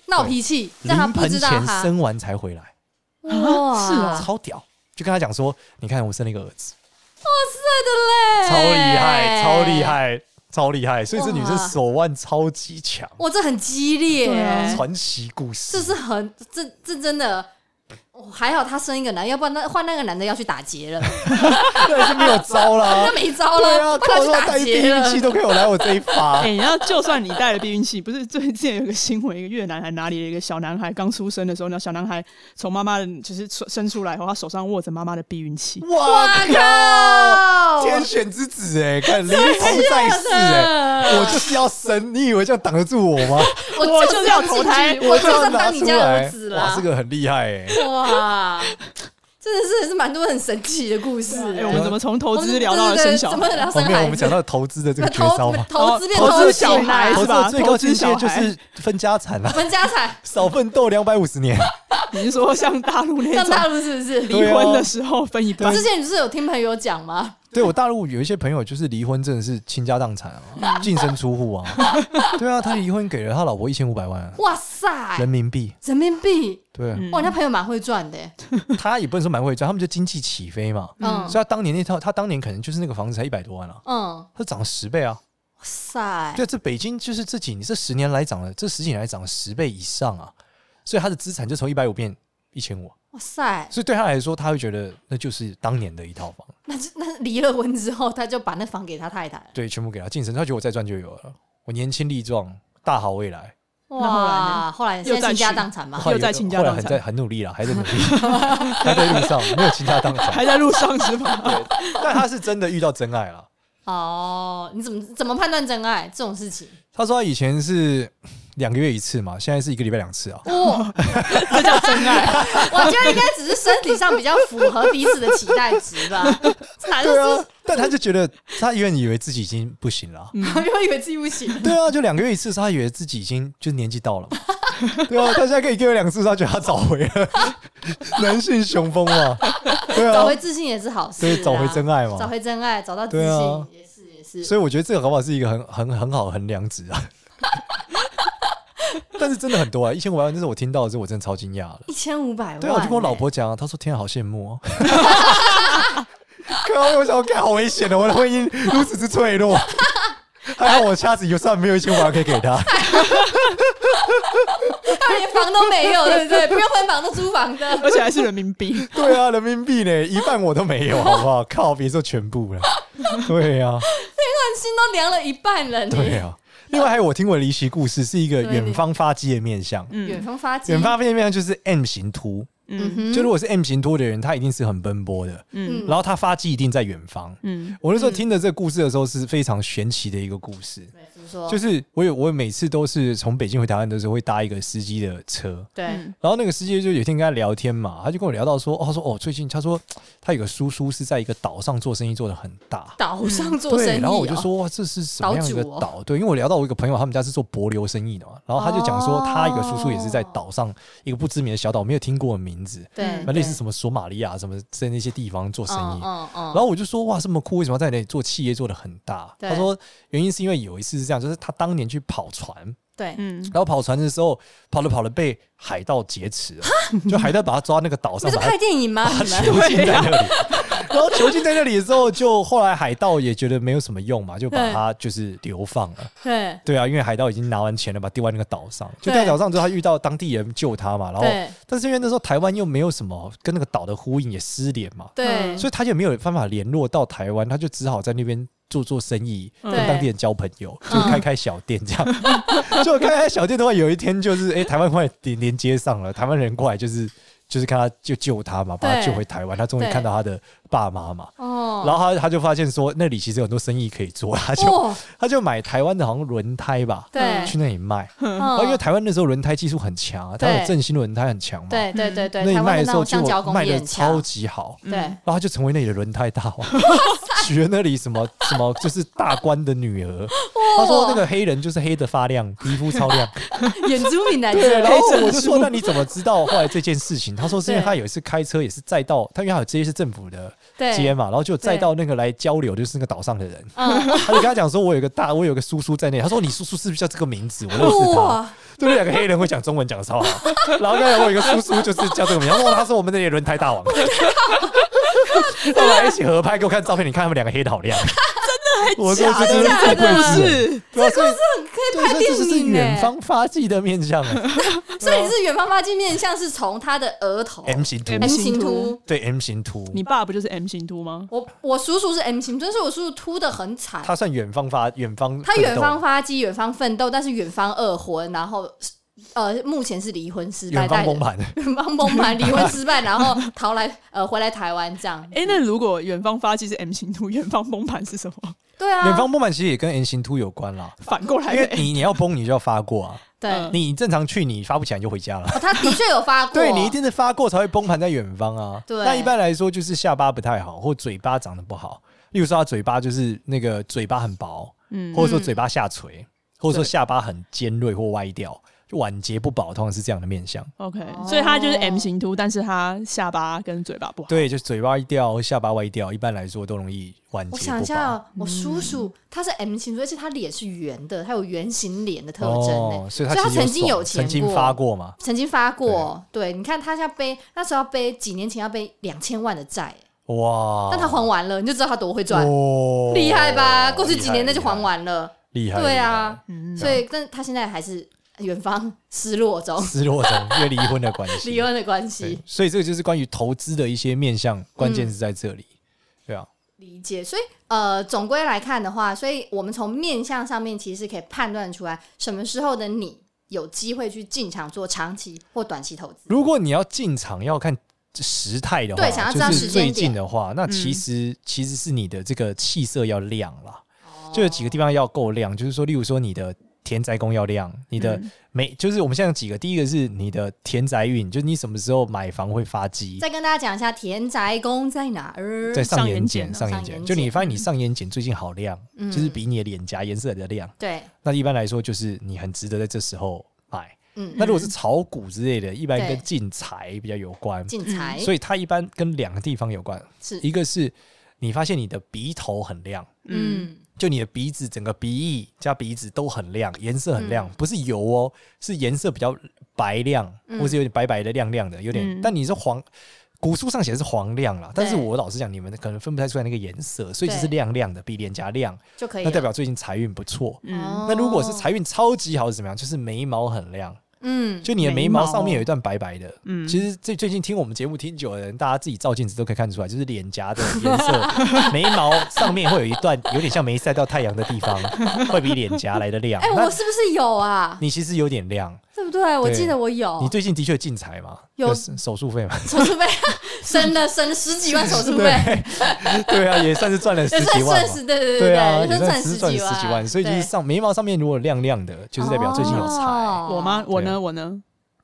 B: 闹脾气，让他
C: 临
B: 不
C: 盆
B: 知道
C: 前
B: 他
C: 生完才回来，
B: 哇，
A: 是啊
C: 超屌！就跟他讲说，你看我生了一个儿子，
B: 哇
C: 超
B: 塞的嘞，
C: 厉害，超厉，害，超厉害！所以这女生
B: 哇
C: 手腕超级强，
B: 哇，这很激烈
A: 对啊
B: 耶，
C: 传奇故事。
B: 这是很这这真的。哦还好他生一个男，要不然那换那个男的要去打劫 了，
C: 对，是没有 招
B: 那
C: 啦。
B: 没招
C: 对
B: 了，
C: 啊，
B: 不然要
C: 靠
B: 去
C: 说带
B: 打
C: 避
B: 劫
C: 孕
B: 了
C: 器。都可以有来我这一发
A: 哎、，你要就算你带了避孕器，不是最近有一个新闻，一个越南还哪里的一个小男孩刚出生的时候，那小男孩从妈妈的就是出生出来后，他手上握着妈妈的避孕器，
C: 哇
B: 哇
C: 靠！
B: 靠！
C: 天选之子哎、看灵童在世哎、我就是要生，你以为这样挡得住我吗？
B: 我
A: 我
B: 就
A: 就是是要
B: 要进
A: 投
B: 去
A: 胎，
B: 我 就
C: 这样
B: 是
C: 拿
B: 当你
C: 出
B: 家
C: 来
B: 儿，子
C: 哇，
B: 啦
C: 这！个很厉害哎、
B: 哇，真的是是蛮多很神奇的故事。
A: 哎、我们怎么从投资聊到了
B: 哦对对
A: 生
B: 对
A: 小
B: 怎么
A: 孩？
B: 聊到
C: 哦，
B: 生
C: 没有，
B: 孩子？
C: 我们讲到投资的这个绝招
B: 投
C: 嘛，
B: 投资变
A: 哦投资
B: 钱
A: 小孩
C: 投
A: 是
C: 资
A: 吧
C: 的最高境界
A: 投
C: 就
A: 资小孩
C: 是分家产啦、
B: 分 家产，
C: 少奋斗两百五十年，
A: 你是说像大陆那
B: 像大
A: 种
B: 陆是不是？
A: 离婚的时候分一半
B: 之？前你不是有听朋友讲吗？
C: 啊对我大陆有一些朋友就是离婚真的是倾家荡产啊，
B: 嗯
C: 净身出户 啊，对啊，他离婚给了他老婆一千五百万啊、
B: 哇塞
C: 人，民币，
B: 人民币！
C: 对、啊
A: 嗯
B: 哇，那朋友蛮会赚的耶。
C: 他也不能说蛮会赚，他们就经济起飞嘛，
B: 嗯
C: 所以他当年那套，他当年可能就是那个房子才一百多万啊，
B: 嗯，
C: 它涨了十倍啊！
B: 哇塞，
C: 对，这北京就是这几这十年来涨了，这十几年来涨了十倍以上啊，所以他的资产就从一百五变一千五，
B: 哇塞，
C: 所以对他来说，他会觉得那就是当年的一套房，
B: 那就那离了婚之后，他就把那房给他太太。
C: 对，全部给他晋升，他觉得我再赚就有了，我年轻力壮，大好未来，
A: 那后来
B: 哇，
A: 呢
B: 后来
A: 又
B: 现在
A: 再
B: 倾家
A: 娶
B: 荡产嘛？
C: 后来有
A: 再倾家
C: 后来
A: 荡
C: 很
A: 产
C: 在很努力了，还在努力，还在路上，没有倾家荡 产，
A: 还在路上是吧？
C: 但他是真的遇到真爱了。
B: 哦，你怎么怎么判断真爱这种事情？
C: 他说他以前是两个月一次嘛，现在是一个礼拜两次啊。
B: 哦，
A: 这叫真爱。
B: 我觉得应该只是身体上比较符合彼此的期待值 吧。这哪就
C: 对
B: 是
C: 啊，但他就觉得他永远以为自己已经不行了啊。
A: 嗯
B: 他又以为自己不行？
C: 对啊，就两个月一次，他以为自己已经就年纪到了嘛。 对啊，他现在可以给我两次，他觉得他找回了 男性雄风嘛。对
B: 找
C: 啊
B: 回，自信也是好事啊，
C: 对找回真爱嘛
B: 找回真爱，找到自
C: 对
B: 信
C: 啊
B: 也是也是。
C: 所以我觉得这个搞不好是一个很很很好的衡量值啊。 但是真的很多啊，一千五百万，这是我听到的时候，我真的超惊讶的。
B: 一千五百万，
C: 对啊，我就跟我 老婆讲啊，她说天啊，好羡慕哦。 可我想我好危险的，哦我的婚姻如此之脆弱。还好我掐指一算，没有一千五百万可以给她。
B: 欸，他连房都没 有，对不对？不用分房都租房的，
A: 而且还是人民 币，
C: 对啊，人民币呢，一半我都没有，好不好？靠，别说全部 了。对呀、啊，
B: 心都凉了一半了。你
C: 对 呀、啊。另外还有我听过的离奇故事，是一个
B: 对嗯
C: 远方发迹的面相。
B: 远方发迹，
C: 嗯远方发迹的面相就是 M 型秃，
B: 嗯
A: 嗯
B: 哼，
C: 就如果是 M 型秃的人，他一定是很奔波的，
B: 嗯
C: 然后他发迹一定在远方。
A: 嗯，
C: 我那时候听的这个故事的时候，是非常玄奇的一个故事。
B: 对怎么说？
C: 就是我有我每次都是从北京回台湾的时候会搭一个司机的车，
B: 对，
A: 嗯
C: 然后那个司机就有一天跟他聊天嘛，他就跟我聊到说，哦，他说哦，最近他说他有个叔叔是在一个岛上做生意，做的很大。
B: 岛上做生意
C: 对，
B: 哦，
C: 然后我就说哇，这是什么样的一个
B: 岛主哦
C: 岛？对，因为我聊到我一个朋友，他们家是做柏流生意的嘛，然后他就讲说
B: 哦
C: 他一个叔叔也是在岛上一个不知名的小岛，没有听过的名名字，
B: 嗯对，
C: 那类似什么索马利亚什么在那些地方做
B: 么
C: 生意。
B: 嗯嗯，
C: 然后我就说哇，这么酷，为什么要在那里做企业做的很大？
B: 对
C: 他说原因是因为有一次是这样，就是他当年去跑船，
B: 对，
A: 嗯，
C: 然后跑船的时候跑着跑着被海盗劫持了，就海盗把他抓到那个岛
B: 不
C: 上，
B: 是
C: 把他
B: 拍电影吗？
C: 他
B: 你 们啊
C: 囚禁在那里。然后囚禁在那里的时候，就后来海盗也觉得没有什么用嘛，就把他就是流放了。
B: 对
C: 对啊，因为海盗已经拿完钱了，把他丢在那个岛上。就
B: 对
C: 在岛上之后，他遇到当地人救他嘛，然后
B: 对
C: 但是因为那时候台湾又没有什么跟那个岛的呼应，也失联嘛，
B: 对，
C: 所以他就没有办法联络到台湾，他就只好在那边做做生意，
A: 嗯
C: 跟当地人交朋友，
B: 嗯
C: 就开开小店这样。 就开开小店的话，有一天就是哎、诶台湾快连连接上了，台湾人过来就是就是看他就救他嘛，把他
B: 对
C: 救回台湾，他终于
B: 对
C: 看到他的爸妈嘛。
B: 哦，
C: 然后他他就发现说，那里其实有很多生意可以做，他就、
B: 哦，
C: 他就买台湾的好像轮胎吧，
B: 对，
C: 去那里卖。
B: 嗯
C: 啊，因为台湾那时候轮胎技术很强啊，它有
B: 对
C: 振兴轮胎很强嘛。
B: 对对对对，
C: 那
B: 台
C: 一
B: 湾
C: 卖
B: 的
C: 的
B: 那
C: 时候
B: 种橡
C: 就
B: 胶工
C: 卖
B: 业
C: 的
B: 很
C: 超
B: 强，
C: 级好，
A: 嗯
B: 对
C: 然后他就成为那里的轮胎大王， 娶了那里什么什么就是大官的女儿。他说那个黑人就是黑的发亮，皮肤超亮。
B: 原住民男
C: 对，
B: 生，
C: 然后我就说那你怎么知道后来这件事情？他说是因为他有一次开车也是载到，他因为他有这些是政府的街
B: 对，
C: 嘛，然后就载到那个来交流就是那个岛上的人，
B: 嗯，
C: 他就跟他讲说我有一个大我有个叔叔在那，他说你叔叔是不是叫这个名字？我认识他。，对面两个黑人会讲中文讲的超好， 然后刚才我有一个叔叔就是叫这个名，然后他是我们那里的轮胎 大王。后来一起合拍给我看照片，你看他们两个黑的好亮，我说这真的
B: 假的
C: 太贵
A: 是
C: 之人，对啊所以
B: 可以
C: 对
B: 拍
C: 所以
B: 电
C: 这就是
B: 影
C: 远
B: 呢。
C: 方发迹的面啊向
B: 所以你是远方发际面相是从他的额头
C: 啊 M 型图
A: M，
B: M
A: 型
B: 型
A: 凸
B: 凸。
C: 对 M 型图，
A: 你爸不就是 M 型凸吗？
B: 我我叔叔是 M 型，但是我叔叔秃的很惨。
C: 他算远方发远方，
B: 他远方。发迹，远方奋斗，但是远方二婚，然后呃，目前是离婚失败，
C: 远方
B: 但
C: 崩盘，
B: 远方崩 盘，离婚失败，然后逃来呃回来台湾这样。
A: 哎、那如果远方发迹是 M 型凸，远方崩盘是什么？
B: 对啊，
C: 远方崩盘其实也跟 M 型图有关啦，
A: 反过来欸
C: 因为
A: 的 M
C: 你你要崩你就要发过啊，
B: 对、
A: 嗯
C: 你正常去你发不起来你就回家了。
B: 哦他的确有发过，
C: 对你一定是发过才会崩盘在远方啊。
B: 对
C: 那一般来说就是下巴不太好，或嘴巴长得不好。例如说他嘴巴就是那个嘴巴很薄，
A: 嗯
C: 或者说
B: 嗯
C: 嘴巴下垂，或者说
A: 对
C: 下巴很尖锐或歪掉，就晚节不保，通常是这样的面相。
A: OK，、
B: 哦
A: 所以他就是 M 型凸，但是他下巴跟嘴巴不好。
C: 对，就嘴巴歪掉、下巴歪掉，一般来说都容易晚节
B: 我
C: 不
B: 想
C: 保。
B: 一下哦，我叔叔
C: 嗯
B: 他是 M 型，而且他脸是圆的，他有圆形脸的特征呢、
C: 哦，所以他
B: 所以他
C: 其实
B: 曾经有
C: 手曾
B: 钱
C: 经
B: 过
C: 发过嘛。
B: 曾经发过，对，你看他要背那时候要背几年前要背两千万的债、欸
C: 哇！
B: 但他还完了，你就知道他多会赚，
C: 哦
B: 厉害吧？过去几年那就还
C: 了，
B: 完了，
C: 厉害，
B: 对
C: 厉
B: 啊
C: 害，，
A: 嗯，
B: 所以但他现在还是远方失落 中，
C: 失落中，因为离婚的关 系，
B: 离婚的关
C: 对
B: 系，
C: 所以这个就是关于投资的一些面向，关键是在这
B: 嗯
C: 里。对啊，
B: 理解。所以呃，总归来看的话，所以我们从面相上面其实可以判断出来，什么时候的你有机会去进场做长期或短期投资。
C: 如果你要进场要看时态的话，
B: 对想要知道
C: 就
B: 时
C: 是
B: 间点
C: 最
B: 嗯
C: 近的话，那其实、其实是你的这个气色要亮啦，
B: 哦
C: 就有几个地
B: 方，
C: 方要够亮，就是说，例如说你的。田宅宫要亮，你的
A: 嗯
C: 每、就是我们现在有几个，第一个是你的田宅运，就是你什么时候买房会发机，
B: 再跟大家讲一下田宅宫在哪儿？
C: 在
A: 上
C: 上眼
A: 眼
C: 睑
A: 睑
C: 上
B: 上
C: 眼
B: 眼
C: 睑，
B: 睑
C: 就你发现你上眼睑最近好亮，
B: 嗯
C: 就是比你的脸颊颜色来的亮，
B: 对，
C: 那一般来说就是你很值得在这时候买。
B: 嗯，
C: 那如果是炒股之类的，一般
B: 对
C: 跟进财比较有关，
B: 进财，
C: 所以它一般跟两个地方有关，
B: 是
C: 一个是你发现你的鼻头很亮，
A: 嗯
B: 嗯
C: 就你的鼻子整个鼻翼加鼻子都很亮，颜色很亮，不是油哦，是颜色比较白亮，
B: 嗯
C: 或是有点白白的亮亮的，有点，
A: 嗯
C: 但你是黄。古书上写的是黄亮啦，但是
B: 对
C: 我老实讲，你们可能分不太出来那个颜色，所以就是
B: 对
C: 亮亮的，比脸颊亮，
B: 就可以
C: 那
B: 了。
C: 代表最近财运不错。
A: 嗯，
C: 那如果是
B: 哦
C: 财运超级好是怎么样？就是眉毛很亮，
B: 嗯，
C: 就你的眉
A: 眉毛
C: 毛上面有一段白白的。
A: 嗯
C: 其实最最近听我们节目听久的人，大家自己照镜子都可以看出来，就是脸颊的颜 色，眉毛上面会有一段有点像没晒到太阳的 地方，会比脸颊来的亮。
B: 哎、
C: 那
B: 我是不是有啊？
C: 你其实有点亮，
B: 对不对？我
C: 对
B: 记得我有，
C: 你最近的确进财嘛，
B: 哦有
C: 手手 术费嘛，
B: 手术费省了省了十几万手术费，
C: 对啊，也算是赚了
B: 也
C: 十
B: 算
C: 几万
B: 算
C: 嘛。
B: 十对对
C: 对啊，
B: 对，
C: 也
B: 也
C: 算
B: 算
C: 是
B: 十
C: 赚
B: 几
C: 十几万，所以就是
B: 对
C: 上眉毛上面如果亮亮的，就是代表最近有财。
B: 哦
A: 我吗？我呢？我呢？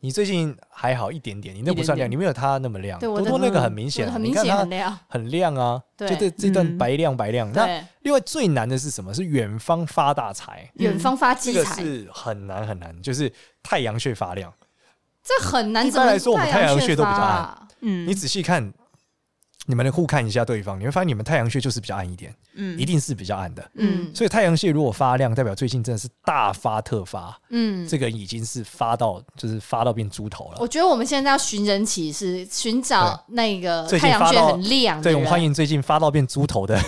C: 你最近还好一点点，你那不算亮，
A: 一点点
C: 你没有他那么亮。
B: 对
C: 多
B: 我的
C: 多那个很明显
B: 我
C: 啊，
B: 很
C: 你
B: 明
C: 看
B: 显
C: 他
B: 很亮，
C: 很亮啊，
B: 对
C: 就这这段
A: 嗯
C: 白亮白亮。那
B: 对，
C: 另外最难的是什么？是远方发大财，
B: 远方发
C: 这
B: 机
C: 个
B: 财，
C: 是很难很难，就是太阳穴发亮。
B: 这很难。
C: 一
B: 怎么
C: 般来说我们太阳
B: 阳
C: 穴都比较
B: 发
C: 暗
B: 啊
A: 嗯
C: 你仔细看，你们互看一下对方，你会发现你们太阳穴就是比较暗一点，
A: 嗯
C: 一 定是比较暗的。
B: 嗯
C: 所以太阳穴如果发亮，代表最近真的是大发特发，
B: 嗯，
C: 这个已经是发到就是发到变猪头了
B: 我。觉得我们现在要寻人启事，寻找那个
C: 最
B: 太
C: 近
B: 阳
C: 发
B: 穴
C: 到
B: 很亮的
C: 对，我们
B: 人。
C: 欢迎最近发到变猪头的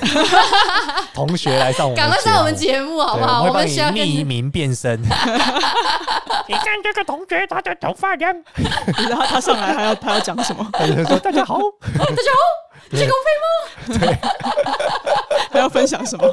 C: 同学来上我们的
B: 赶快
C: 节
B: 上
C: 目
B: 我们节目好
C: 对
B: 不好？
C: 我
B: 我
C: 们
B: 们需
C: 会
B: 要
C: 帮你
B: 跟
C: 匿名变身。 你看这个同学，他的头发亮。
A: 你知道他他上来还要他要讲什 么，
C: 他就说：“大家好，
A: 还要分享什么？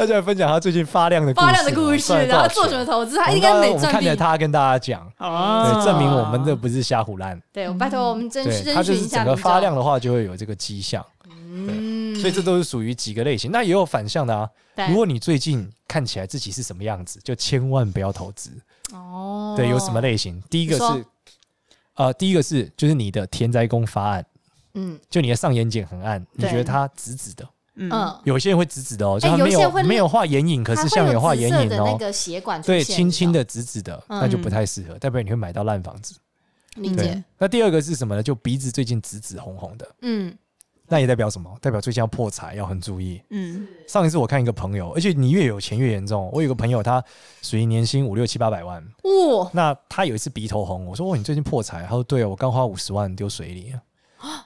C: 大家来分享他最近发亮的故事
B: 发亮的故事，
C: 赚了
B: 然
C: 多少
B: 后做什么投资，他
C: 钱
B: 应该
C: 我
B: 没嗯
C: 们看
B: 赚
C: 着
B: 利。
C: 他跟大家讲，
A: 好
C: 对，
A: 啊，
C: 证明我们这不是瞎胡乱。
B: 对，我拜托我们征
C: 对，
B: 征
C: 它就
B: 询
C: 是
B: 一
C: 整
B: 下
C: 个
B: 民众
C: 发亮的话，就会有这个迹象。
B: 嗯，
C: 所以这都是属于几个类型。那也有反向的啊。
B: 对
C: 如果你最近看起来自己是什么样子，就千万不要投资。
B: 哦，
C: 对，有什么？类型？第一个
B: 你说
C: 是，呃，第一个是就是你的天灾宫发暗，
B: 嗯
C: 就你的上眼睑很暗，你
B: 对
C: 觉得它紫紫的。
A: 嗯，
B: 嗯，
C: 有些人会紫紫的哦，就
B: 哎
C: 他
B: 有
C: 没
B: 些会
C: 没有画眼影，可
B: 它
C: 是
B: 会
C: 像有画
B: 紫
C: 眼
B: 色
C: 影
B: 的那
C: 哦。
B: 个血管出
C: 对，
B: 现
C: 轻轻
B: 的嗯
C: 的紫紫的，那就不太适合，代表你会买到烂房子。
B: 理
C: 对
B: 解，，
C: 那第二个是什么呢？就鼻子最近紫紫红红的，
B: 嗯
C: 那也代表什么？代表最近要破财，要很注意。
A: 嗯
C: 上一次我看一个朋友，而且你越有钱越严重。哦我有个朋友，他属于年薪五六七八百万，
B: 哇，
C: 那他有一次鼻头红，我说：“哇，你最近破财？”他说：“对哦，我刚花五十万丢水 里。”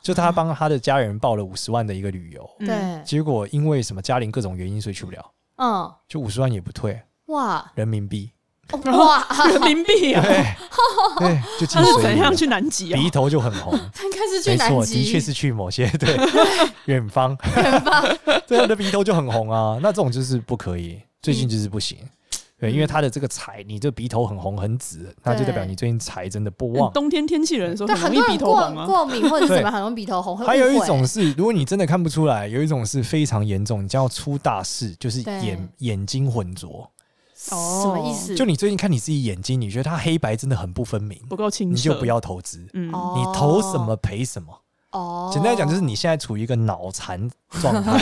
C: 就他帮他的家人报了五十万的一个旅游，
A: 嗯
B: 对，
C: 结果因为什么家庭各种原因，所以去不了，
B: 嗯，
C: 就五十万也不退
B: 哇
C: 人民币，
B: 哦 哇，
A: 人民币 啊，
C: 对
B: 哦
C: 对，就进
A: 他是
C: 水
A: 怎
C: 里了
A: 样去南极啊
C: 鼻？头就很红。
B: 他应该是 去
C: 没
B: 南
C: 错，
B: 极，
C: 的确是去某些 对远方，远方， 对，他的鼻头就很红啊。那这种就是不可以，最
B: 嗯
C: 近就是不行。对，因为他的这个财，你这鼻头很红很紫，那就代表
B: 对
C: 你最近财真的不
A: 嗯
C: 旺。
A: 冬天天气冷的时候，
B: 对，
A: 很
B: 很
A: 容
B: 多
A: 易
B: 人
A: 鼻头
B: 过
A: 红啊。
B: 过敏或者是怎
C: 对
B: 么样，很容易鼻头红，会
C: 还有一
B: 误会
C: 种是，如果你真的看不出来，有一种是非常严重，你将要出大事，就是
B: 对
C: 眼眼睛浑浊。
A: 哦
B: 什么意思？
C: 就你最近看你自己眼睛，你觉得它黑白真的很不分明，
A: 不够清
C: 你
A: 澈，
C: 就不。要投资。
A: 嗯，
B: 哦
C: 你投什么赔什么。
B: 哦，
C: 简单来讲，就是你现在处于一个脑残状 态，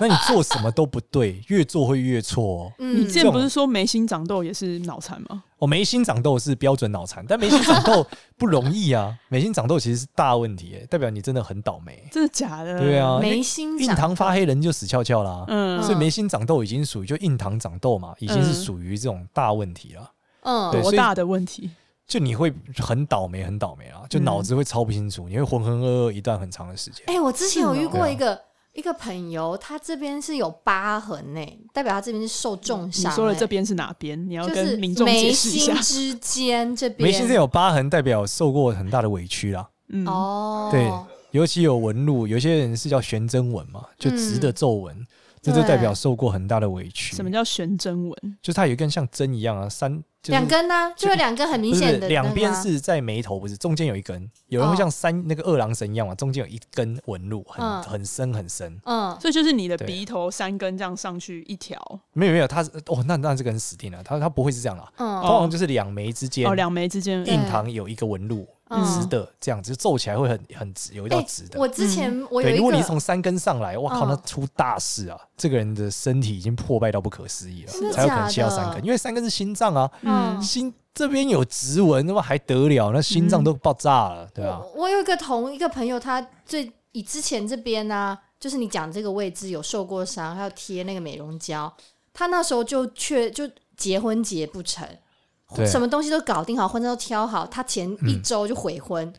C: 那你做什么都不对，越做会越错、哦。
B: 嗯
A: 你之前不是说眉心长痘也是脑残吗？
C: 我眉心长痘是标准脑残，但眉心长痘不容易啊，眉心长痘其实是大问题耶，代表你真的很倒霉。
A: 真的假的？
C: 对啊，
B: 眉心
C: 印
B: 长
C: 堂发黑，人就死翘翘啦。
A: 嗯，
C: 所以眉心长痘已经属于就印堂长痘嘛，已经是属于这种大问题了。
B: 嗯，
C: 对
A: 多
C: 所以
A: 大的问题？
C: 就你会很倒霉，很倒霉啊，
A: 嗯
C: 就脑子会超不清楚，你会浑浑噩噩一段很长的时间。
B: 哎、我之前有遇
C: 是
B: 过
C: 哦
B: 一个、一个朋友，他这边是有疤痕呢、代表他这边是受重
A: 嗯你
B: 伤、欸。
A: 说了这边是哪边？你要
B: 就
A: 跟
B: 是
A: 民众解
B: 眉
A: 释一下
B: 心。之间这边，
C: 眉心这有疤痕，代表受过很大的委屈啦。
A: 嗯，
B: 哦，
C: 对，尤其有纹路，有些人是叫悬针纹嘛，就直的皱纹，
B: 嗯
C: 这就代表受过很大的委屈。
B: 啊
A: 什么叫悬针纹？
C: 就是它有一根像针一样啊，三就是
B: 两根呢、就有两根很明
C: 不是
B: 显的那个啊，
C: 两边是在眉头，不是中间有一根，有人会
B: 哦
C: 像三、那个二郎神一样嘛，中间有一根纹路，很、
B: 嗯
C: 很深很深。
B: 嗯，
A: 所以就是你的
C: 对啊
A: 鼻头三根这样上去一条，
C: 没有没有，他是哦，那那这个人死定了，他他不会是这样啦，
B: 嗯
C: 通常就是两眉之间、
A: 哦，两眉之间
B: 对
C: 印堂有一个纹路，
B: 嗯
C: 直的这样子，就皱起来会很很直，有一道
B: 哎
C: 直的。
B: 我之
A: 嗯
B: 前我有
C: 对，
B: 一
C: 如果你
B: 个
C: 是从三根上来，哇靠，
B: 嗯
C: 那出大事啊！这个人的身体已经破败到不可思议了
B: 真，的
C: 才有可能
B: 假
C: 切到
B: 的
C: 三根，因为三根是心脏啊，
B: 嗯
C: 心这边有直纹，那么还得了？那心脏都
B: 嗯
C: 爆炸了，对啊吧、
B: 我我有一个同一个朋友，他最以之前这边呢、就是你讲这个位置有受过伤，还有贴那个美容胶，他那时候就却就结婚结不成，
C: 对嗯
B: 什么东西都搞定好，婚纱都挑好，他前一周就悔婚，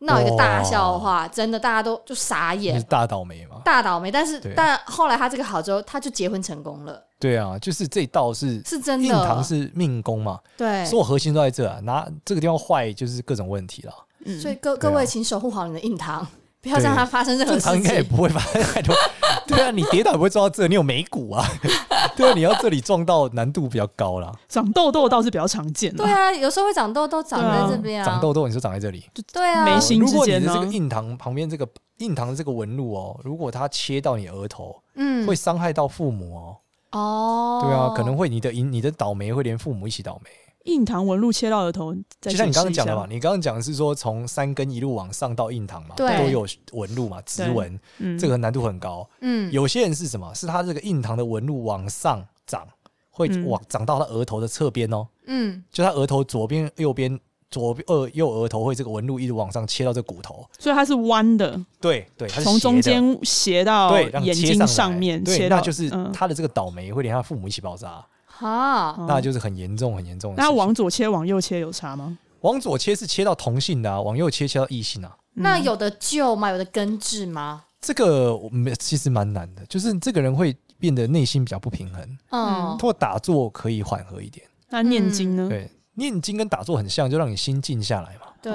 B: 闹、一个大笑话，真的大家都就傻
C: 就是
B: 眼，
C: 大倒霉嘛。
B: 大倒霉。但是
C: 对
B: 但后来他这个好之后，他就结婚成功了，
C: 对啊，就是这一道是
B: 是真的。
C: 印堂是命宫嘛，
B: 对，
C: 所有核心都在这啊。拿这个地方坏就是各种问 题了。
A: 嗯
B: 所以各
C: 对啊
B: 各位请守护好你的印堂，不要
C: 对
B: 让它发生任何
C: 正
B: 事
C: 常应该也
B: 情。
C: 不会发生太多。 对啊，你跌倒也不会撞到这，你有眉骨啊。 对啊，你要这里撞到难度比较高啦。
A: 长痘痘倒是比较常见
B: 对
A: 啦，
B: 啊，有时候会长痘痘，长
A: 嗯对啊
B: 在这边啊，
C: 长痘痘，你说长在这里。
B: 对啊，
A: 眉心
C: 如果
A: 之
C: 你
A: 间
C: 的
A: 呢
C: 这个印堂旁边这个印堂的这个纹路哦，如果它切到你额头，
B: 嗯
C: 会伤害到父母哦。
B: 哦，
C: 对啊，可能会你的你的倒霉会连父母一起倒霉。
A: 印堂纹路切到额头，再
C: 就像你刚刚
A: 解释
C: 讲
A: 一下
C: 的嘛，，你刚刚讲的是说从三根一路往上到印堂嘛，
B: 对
C: 都有纹路嘛，直纹，
A: 嗯，
C: 这个难度很高。
B: 嗯
C: 有些人是什么？是他这个印堂的纹路往上长，会
A: 嗯
C: 往长到他额头的侧边哦，
B: 嗯
C: 就他额头左边、右边左耳右额头会这个纹路一直往上切到这骨头，
A: 所以它是弯的，
C: 对对，它是
A: 从中
C: 斜的
A: 间斜到
C: 对让
A: 眼
C: 切
A: 睛
C: 上
A: 上
C: 来
A: 面，
C: 对，
A: 切
C: 那
A: 到
C: 就是
A: 嗯，
C: 他的这个倒霉会连他父母一起爆炸，
B: 啊，
A: 哦
C: 那就是很严重很严重的
A: 那
C: 事
A: 它
C: 情。
A: 往左切往右切有差吗？
C: 往左切是切到同性的啊，往右切切到异性啊。
A: 嗯
B: 那有的救吗？有的根治吗？
C: 这个我们其实蛮难的，就是这个人会变得内心比较不平衡。
B: 嗯
C: 通，过打坐可以缓和一点，
A: 那念经呢？
C: 嗯对，念经跟打坐很像，就让你心静下来嘛。
B: 对，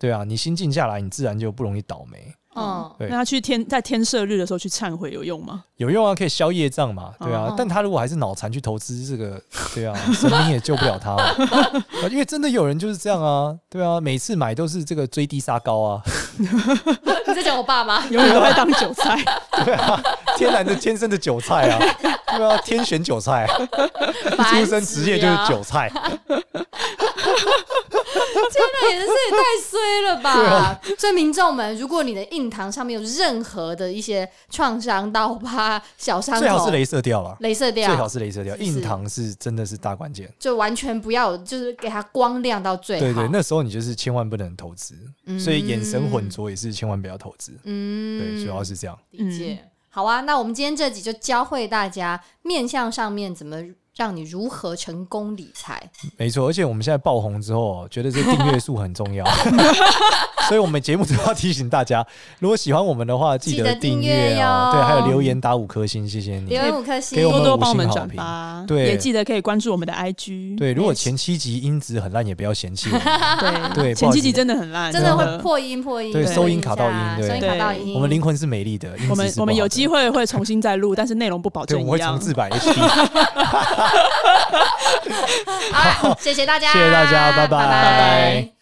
C: 对啊，你心静下来，你自然就不容易倒霉。
B: 嗯，
C: 对
A: 那他去天在天赦日的时候去忏悔有用吗？
C: 有用啊，可以消业障嘛，对啊。
B: 哦
C: 但他如果还是脑残去投资这个， 对啊，神明也救不 了他嘛、啊因为真的有人就是这样啊，对啊，每次买都是这个追低杀高啊，
A: 嗯
B: 你在讲我爸吗？
A: 永远都在当韭菜，
C: 对啊，天然的天生的韭菜啊，对啊，天选韭菜， 出
B: 啊
C: 生职业就是
B: 烦死了
C: 韭菜，
B: 那也是也太衰了
C: 啊
B: 吧！所以民众们，如果你的印堂上面有任何的一些创伤、刀疤、小伤口，
C: 最好是镭射掉了，
B: 镭射
C: 最好
B: 掉，
C: 是镭射掉，
B: 啊是
C: 印堂是真的是大关键。
B: 就完全不要，就是给它光亮到最好。
C: 对对，那时候你就是千万不能投资，
B: 嗯
C: 所以眼神混浊也是千万不要投资。
B: 嗯，
C: 对，主要是这样。
B: 理解。好啊，那我们今天这集就教会大家面相上面怎么让你如何成功理财。
C: 没错，而且我们现在爆红之后，觉得这订阅数很 重要，所以我们节目都要提醒大家，如果喜欢我们的话，记
B: 记得
C: 订
B: 订阅
C: 阅哦。
B: 哟
C: 对，还有留言打五颗星，谢谢你
B: 留。言五颗星
C: 嗯给，我们
A: 多多帮
C: 五
A: 我
C: 星
A: 们
C: 好
A: 转
C: 评
A: 发，
C: 对
A: 也记得可以关注我们的 IG，
C: 对，如果前七集音质很烂，也不要嫌弃我们。
A: 对
C: 对不
A: 前
C: 好意
A: 几
C: 思
A: 集真的很烂，
B: 真的
A: 的
B: 会。破音破音，
C: 对
B: 破
C: 收
B: 音
C: 音卡到音对
B: 收音卡到
A: 对
B: 音，
C: 我们灵魂是美丽的，音
A: 我
C: 质
A: 们
C: 是不好的
A: 我们有机会会重新再录，但是内容不保
C: 对，
A: 证
C: 我
A: 一
C: 们会重
A: 样。
C: 置版 HD。
B: 好啦，谢谢大家，
C: 谢谢大家拜拜
B: 拜拜